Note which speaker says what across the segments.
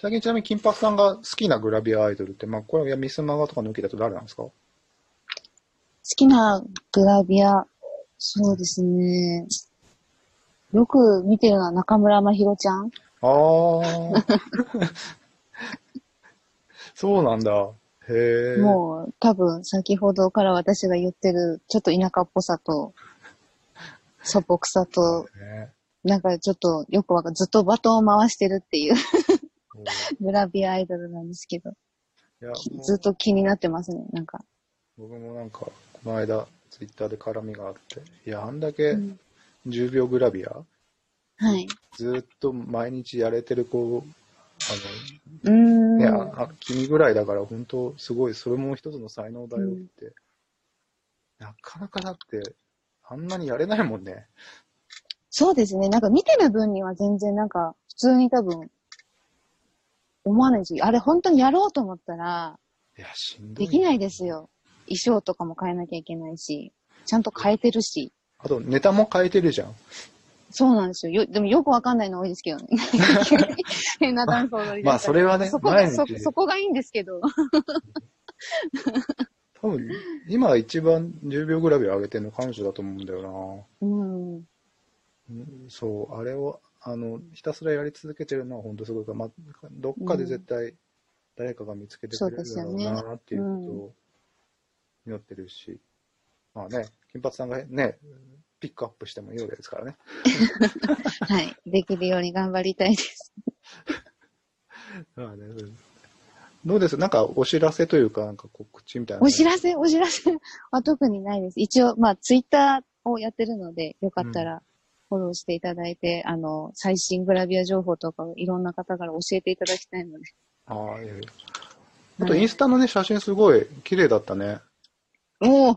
Speaker 1: 最近ちなみに金髪さんが好きなグラビアアイドルって、まあ、これはミスマガとか抜きだと誰なんですか
Speaker 2: きなグラビア、そうですね。よく見てるのは中村真宏ちゃん
Speaker 1: あ ー。そうなんだ。へえ。
Speaker 2: もう多分先ほどから私が言ってるちょっと田舎っぽさと素朴さと
Speaker 1: ね
Speaker 2: なんかちょっとよくわかんずっとバトンを回してるっていう
Speaker 1: そう
Speaker 2: グラビアアイドルなんですけど
Speaker 1: いや
Speaker 2: きずっと気になってますねなんか、
Speaker 1: 僕もなんか、この間、ツイッターで絡みがあって、いや、あんだけ
Speaker 2: うん
Speaker 1: 10秒グラビア、
Speaker 2: はい
Speaker 1: ずーっと毎日やれてる子、あ
Speaker 2: うー
Speaker 1: の、
Speaker 2: ん
Speaker 1: ね、ああ君ぐらいだから、本当すごい、それも一つの才能だよって、なかなかだって、あんなにやれないもんね。
Speaker 2: そうですねなんか見てる分には全然なんか普通に多分思わないですよあれ本当にやろうと思ったら
Speaker 1: いや、しんどい。
Speaker 2: できないです。よ衣装とかも変えなきゃいけないしちゃんと変えてるし
Speaker 1: あと、ネタも変えてるじゃん。
Speaker 2: そうなんですよ。よでもよくわかんないの多いですけどね。 変なダンス踊り
Speaker 1: まあ、それ
Speaker 2: は
Speaker 1: はね
Speaker 2: そ、こ
Speaker 1: 毎
Speaker 2: がそ
Speaker 1: 日、
Speaker 2: そこがいいんですけど。
Speaker 1: 多分、今一番10秒グラビア上げてるの彼女だと思うんだよな。
Speaker 2: うん。
Speaker 1: うんそう、あれを、あの、ひたすらやり続けてるのは本当すごいから、まあ、どっかで絶対誰かが見つけてくれるだろうなっていうことを祈ってるし、まあね、金髪さんがね、ピックアップしてもいいわけですからね。
Speaker 2: はい。できるように頑張りたいです。
Speaker 1: まあねうんどうですなんかお知らせというか、なんか告知みたいなの。
Speaker 2: お知らせ、お知らせ は特にないです。一応、まあ、ツイッターをやってるので、よかったらフォローしていただいて、あの、最新グラビア情報とかをいろんな方から教えていただきたいので。
Speaker 1: ああ、いやいやあとインスタのね、写真すごい綺麗だったね。
Speaker 2: おお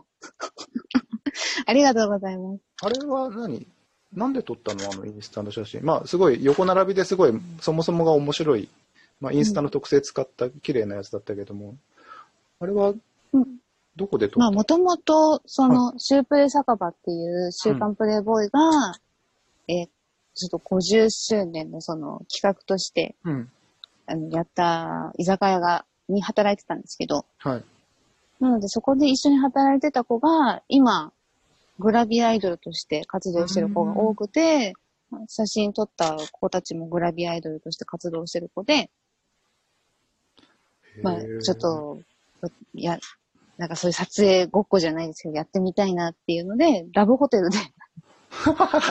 Speaker 2: ありがとうございます。
Speaker 1: あれは何なんで撮ったのあのインスタの写真。まあ、すごい横並びですごい、そもそもが面白い、まあ、インスタの特性使った綺麗なやつだったけども、あれは
Speaker 2: うん
Speaker 1: どこで撮った
Speaker 2: まあ、
Speaker 1: の、
Speaker 2: もともと、その、シュープレ酒場っていう週刊プレイボーイが、えーちょっと50周年のその企画として、
Speaker 1: うん。
Speaker 2: あの、やった居酒屋が、に働いてたんですけど、
Speaker 1: はい。
Speaker 2: なのでそこで一緒に働いてた子が、今、グラビアアイドルとして活動してる子が多くて、写真撮った子たちもグラビアアイドルとして活動してる子で、まあ、
Speaker 1: へー
Speaker 2: ちょっ。と、や、なんかそういう撮影ごっこじゃないですけど、やってみたいなっていうので、ラブホテ ルで、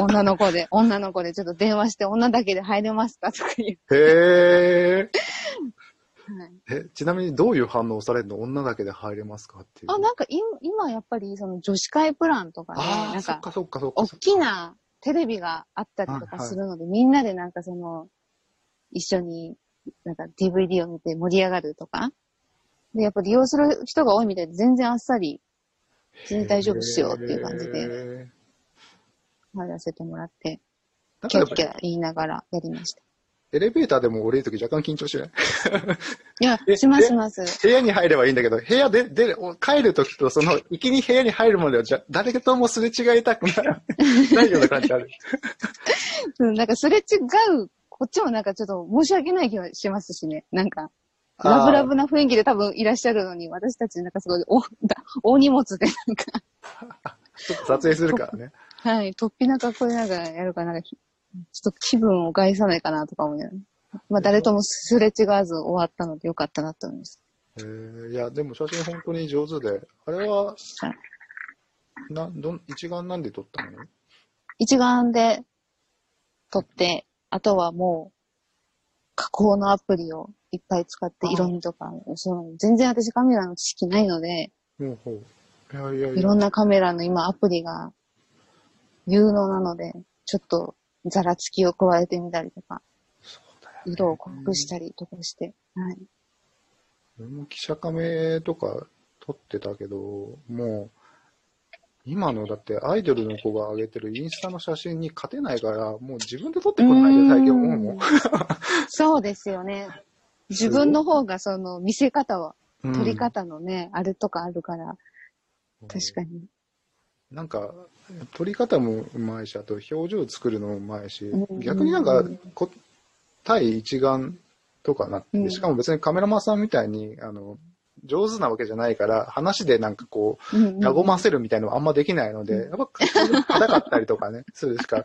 Speaker 2: 女の子で、女の子でちょっと電話して、女だけで入れますかとか
Speaker 1: へ
Speaker 2: 言
Speaker 1: ー
Speaker 2: う。はい
Speaker 1: え。ちなみにどういう反応されるの女だけで入れますかっていう。
Speaker 2: あ、なんか今、今やっぱりその女子会プランとかね、
Speaker 1: あ
Speaker 2: な
Speaker 1: ー
Speaker 2: ん
Speaker 1: そっ
Speaker 2: か、
Speaker 1: かそっかそっか
Speaker 2: 大
Speaker 1: そっか。
Speaker 2: きなテレビがあったりとかするので、みんなでなんかその、一緒に、なんか DVD を見て盛り上がるとか。で、やっぱ利用する人が多いみたいで、全然あっさり、普通に大丈夫っすよっていう感じで。
Speaker 1: で。
Speaker 2: 入らせてもらって、
Speaker 1: なん
Speaker 2: キ
Speaker 1: かや
Speaker 2: ャッ
Speaker 1: っぱ
Speaker 2: キ
Speaker 1: り
Speaker 2: ャ言いながらやりました。
Speaker 1: エレベーターでも降りるとき若干緊張しない
Speaker 2: いや
Speaker 1: え、
Speaker 2: しますします。
Speaker 1: 部屋に入ればいいんだけど、部屋で、で、お帰るときと、その、行きに部屋に入るまでは、じゃ、誰ともすれ違いたくない、ないような感じある。
Speaker 2: うんなんかすれ違う、こっちもなんかちょっと申し訳ない気はしますしね。なんか、
Speaker 1: あー
Speaker 2: ラブラブな雰囲気で多分いらっしゃるのに、私たちなんかすごい大、大荷物でなんか、
Speaker 1: ちょっと撮影するからね。
Speaker 2: はい、突飛な格好でなんかやるから、なんか、ちょっと気分を害さないかなとか思いながら。まあ誰ともすれ違わず終わったのでよかったなと思います。
Speaker 1: えー、いや、でも写真本当に上手で、あれは、
Speaker 2: はい
Speaker 1: な、どん、一眼なんで撮ったの
Speaker 2: 一眼で撮って、あとはもう、加工のアプリをいっぱい使って
Speaker 1: あ、
Speaker 2: 色味とか、その全然私カメラの知識ないので、
Speaker 1: ほうほう。いやいやい
Speaker 2: い
Speaker 1: や
Speaker 2: ろ。んなカメラの今アプリが有能なので、ちょっとザラつきを加えてみたりとか、
Speaker 1: そうだよね
Speaker 2: 色を濃くしたりとかして、はい。
Speaker 1: 俺も記者カメとか撮ってたけど、もう、今のだってアイドルの子が上げてるインスタの写真に勝てないから、もう自分で撮ってこないで、最近思うもん。
Speaker 2: そうですよね。自分の方がその見せ方は、
Speaker 1: うん
Speaker 2: 撮り方のね、あれとかあるから、確かに。
Speaker 1: なんか撮り方もうまいしあと表情作るのもうまいし
Speaker 2: うん
Speaker 1: 逆になんかこ対一眼とかなって、
Speaker 2: うん
Speaker 1: しかも別にカメラマンさんみたいに、あの、上手なわけじゃないから、話でなんかこ
Speaker 2: うん
Speaker 1: う、
Speaker 2: うん
Speaker 1: 和ませるみたいのはあんまできないので、
Speaker 2: う
Speaker 1: やっぱ、硬かったりとか ね、するしか、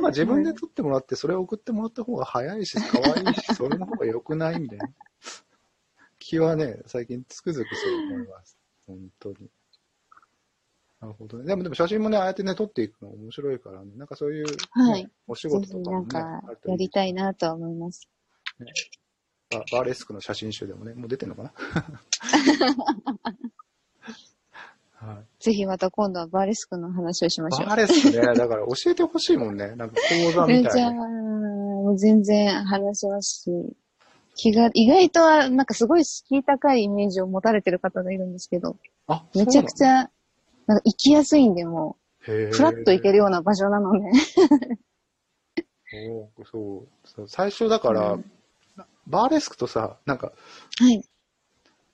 Speaker 1: まあ自分で撮ってもらって、それを送ってもらった方が早いし、可愛いし、それの方が良くないみたいな。 気はね、最近つくづくそう思います。本当に。なるほどね。でも、でも写真もね、ああやってね、撮っていくの面白いからね、なんかそういうね、
Speaker 2: はい
Speaker 1: お仕
Speaker 2: ぜ
Speaker 1: 事と
Speaker 2: ひ
Speaker 1: か
Speaker 2: な
Speaker 1: も
Speaker 2: ん
Speaker 1: ね、
Speaker 2: か
Speaker 1: ある、とい
Speaker 2: や
Speaker 1: い
Speaker 2: りたいなとは思います。
Speaker 1: ババーレスクの写真集でもね、もう出てんのか な はい
Speaker 2: ぜひまた今度はバーレスクの話をしましょう
Speaker 1: バー。レスクね、だから教えてほしいもんね。なんか講座み
Speaker 2: 全
Speaker 1: たい
Speaker 2: 然、
Speaker 1: な。
Speaker 2: もう全然話しますし、気が、意外とは、なんかすごい敷居高いイメージを持たれてる方がいるんですけど、
Speaker 1: あ、
Speaker 2: めちゃくち
Speaker 1: ゃ、
Speaker 2: ゃ、なんか行きやすいんで、もう、フラッと行け
Speaker 1: る。
Speaker 2: るような場所な ので。
Speaker 1: そうそうそう。最初だから、
Speaker 2: うん
Speaker 1: バーレスクとさ、なんか、
Speaker 2: はい。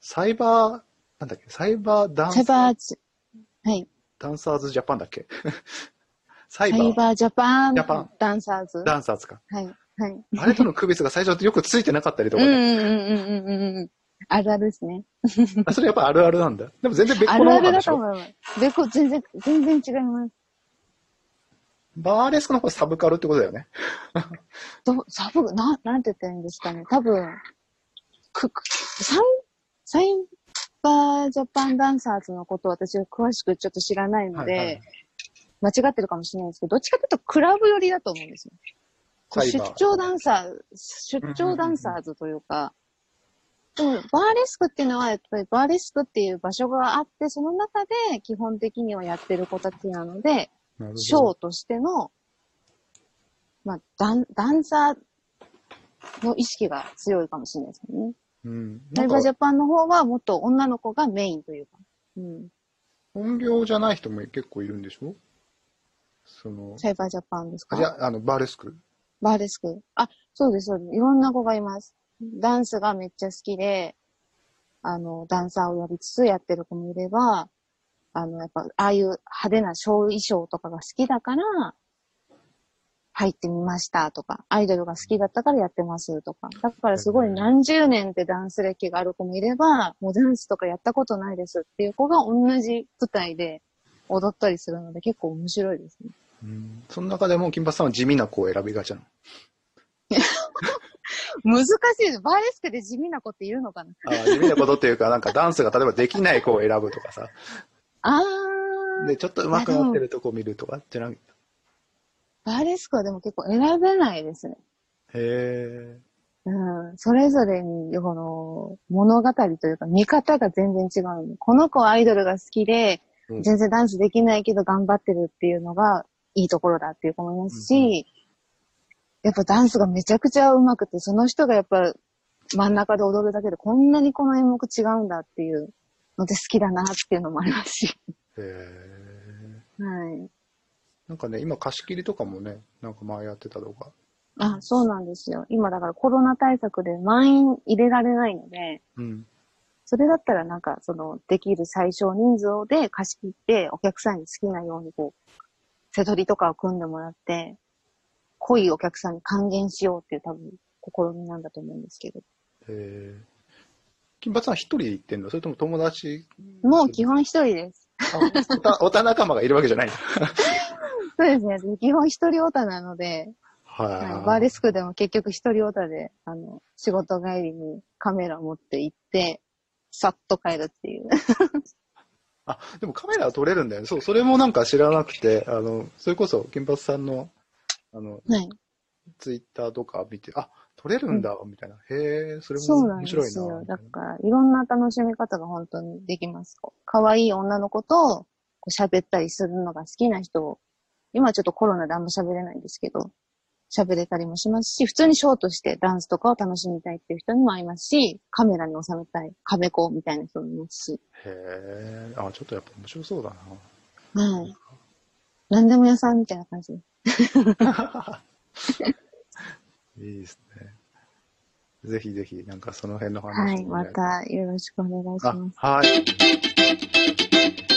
Speaker 1: サイバー、なんだっけ、サイバーダン
Speaker 2: サイ
Speaker 1: ス、
Speaker 2: バーズ、はい。
Speaker 1: ダンサーズジャパンだっけ サ
Speaker 2: サ
Speaker 1: イ
Speaker 2: イ
Speaker 1: バー
Speaker 2: バージャパン
Speaker 1: ジャパン
Speaker 2: ダンサーズ。は
Speaker 1: ダンサーズか。
Speaker 2: い。はい。
Speaker 1: あれとの区別が最初よくついてなかったりと
Speaker 2: うん
Speaker 1: か
Speaker 2: う
Speaker 1: ね、
Speaker 2: んうんうんうんうん。あるあるですね。
Speaker 1: あそれやっぱあるあるなんだ。でも全然別
Speaker 2: あ
Speaker 1: 個
Speaker 2: る
Speaker 1: の
Speaker 2: あ
Speaker 1: 方な
Speaker 2: る
Speaker 1: んで
Speaker 2: だ
Speaker 1: し
Speaker 2: と
Speaker 1: ょ
Speaker 2: 思います。でこ全然、全然違います。
Speaker 1: バーレスクの方がサブカルってことだよね。
Speaker 2: ど、サブ、な、なんて言ったらいいんですかね。多分、く、くサイ、サイバージャパンダンサーズのことを私は詳しくちょっと知らないので、
Speaker 1: はいはい
Speaker 2: 間違ってるかもしれないですけど、どっちかというとクラブ寄りだと思うんですよ。こう
Speaker 1: サイ
Speaker 2: 出
Speaker 1: バー
Speaker 2: 張ダンサー、出張ダンサーズというか、でも、バーレスクっていうのは、やっぱりバーレスクっていう場所があって、その中で基本的にはやってる子たちなので、
Speaker 1: なるほど
Speaker 2: ショーとしての、まあ、ダン、ダンサーの意識が強いかもしれないですけどね。
Speaker 1: うん。
Speaker 2: ラ
Speaker 1: な
Speaker 2: イ
Speaker 1: ん
Speaker 2: バージ
Speaker 1: か
Speaker 2: ャパンの方はもっと女の子がメインというか。うん。
Speaker 1: 本業じゃない人も結構いるんでしょその、
Speaker 2: サイバージャパンです
Speaker 1: あい
Speaker 2: か
Speaker 1: や、あの、バーレスク。
Speaker 2: バーレスク。あ、そうです、そうです。いろんな子がいます。ダンスがめっちゃ好きで、あの、ダンサーをやりつつやってる子もいれば、あの、やっぱ、ああいう派手なショー衣装とかが好きだから、入ってみましたとか、アイドルが好きだったからやってますとか。だからすごい何十年ってダンス歴がある子もいれば、もうダンスとかやったことないですっていう子が同じ舞台で踊ったりするので結構面白いですね。
Speaker 1: うん。その中でも、金髪さんは地味な子を選びがちなの。
Speaker 2: 難しいです。バーレスクで地味な子っているのかな
Speaker 1: あ地味なことっていうか、なんかダンスが例えばできない子を選ぶとかさ。
Speaker 2: あー。
Speaker 1: で、ちょっと上手くなってるとこ見るとかじゃなく
Speaker 2: バーレスクはでも結構選べないですね。
Speaker 1: へえ。
Speaker 2: うん。それぞれに、この、物語というか見方が全然違うの。この子はアイドルが好きで、
Speaker 1: うん
Speaker 2: 全然ダンスできないけど頑張ってるっていうのがいいところだっていう子もいますし、
Speaker 1: うんう
Speaker 2: やっぱダンスがめちゃくちゃ上手くて、その人がやっぱ真ん中で踊るだけでこんなにこの演目違うんだっていうので好きだなっていうのもありますし。
Speaker 1: へえ。
Speaker 2: はい。
Speaker 1: なんかね、今貸し切りとかもね、なんか前やってたとか。
Speaker 2: あ、そうなんですよ。今だからコロナ対策で満員入れられないので、
Speaker 1: うん。
Speaker 2: それだったらなんか、その、できる最小人数で貸し切って、お客さんに好きなようにこう、手取りとかを組んでもらって、濃いお客さんに還元しようっていう多分、試みなんだと思うんですけど。
Speaker 1: へえ。金髪さん一人で行ってんのそれとも友達
Speaker 2: もう基本一人です。
Speaker 1: あおた、おた仲間がいるわけじゃ ないんだ。
Speaker 2: そうですね。基本一人オタなので、はい、バーレ
Speaker 1: は
Speaker 2: スクでも結局一人オタで、あの、仕事帰りにカメラ持って行って、さっと帰るっていう。
Speaker 1: あ、でもカメラは撮れるんだよね。そう、それもなんか知らなくて、あの、それこそ、金髪さんの、あの、
Speaker 2: はい。
Speaker 1: ツイッターとか見て、あ、撮れるんだ、みたいな。へえ、それも
Speaker 2: そうなん
Speaker 1: 面
Speaker 2: で
Speaker 1: 白いな。
Speaker 2: すよ。だから、いろんな楽しみ方が本当にできます。こう可愛い女の子とこう喋ったりするのが好きな人を、今はちょっとコロナであんま喋れないんですけど、喋れたりもしますし、普通にショーとしてダンスとかを楽しみたいっていう人にも会いますし、カメラに収めたい、カメ子みたいな人もいますし、
Speaker 1: へえ、あ、ちょっとやっぱ面白そうだな。
Speaker 2: はい。何でも屋さんみたいな感じです。
Speaker 1: いいですね。ぜひぜひ、なんかその辺の話
Speaker 2: はい。
Speaker 1: も
Speaker 2: ま
Speaker 1: ね
Speaker 2: たよろしくお願いし
Speaker 1: あ
Speaker 2: ます。
Speaker 1: はい。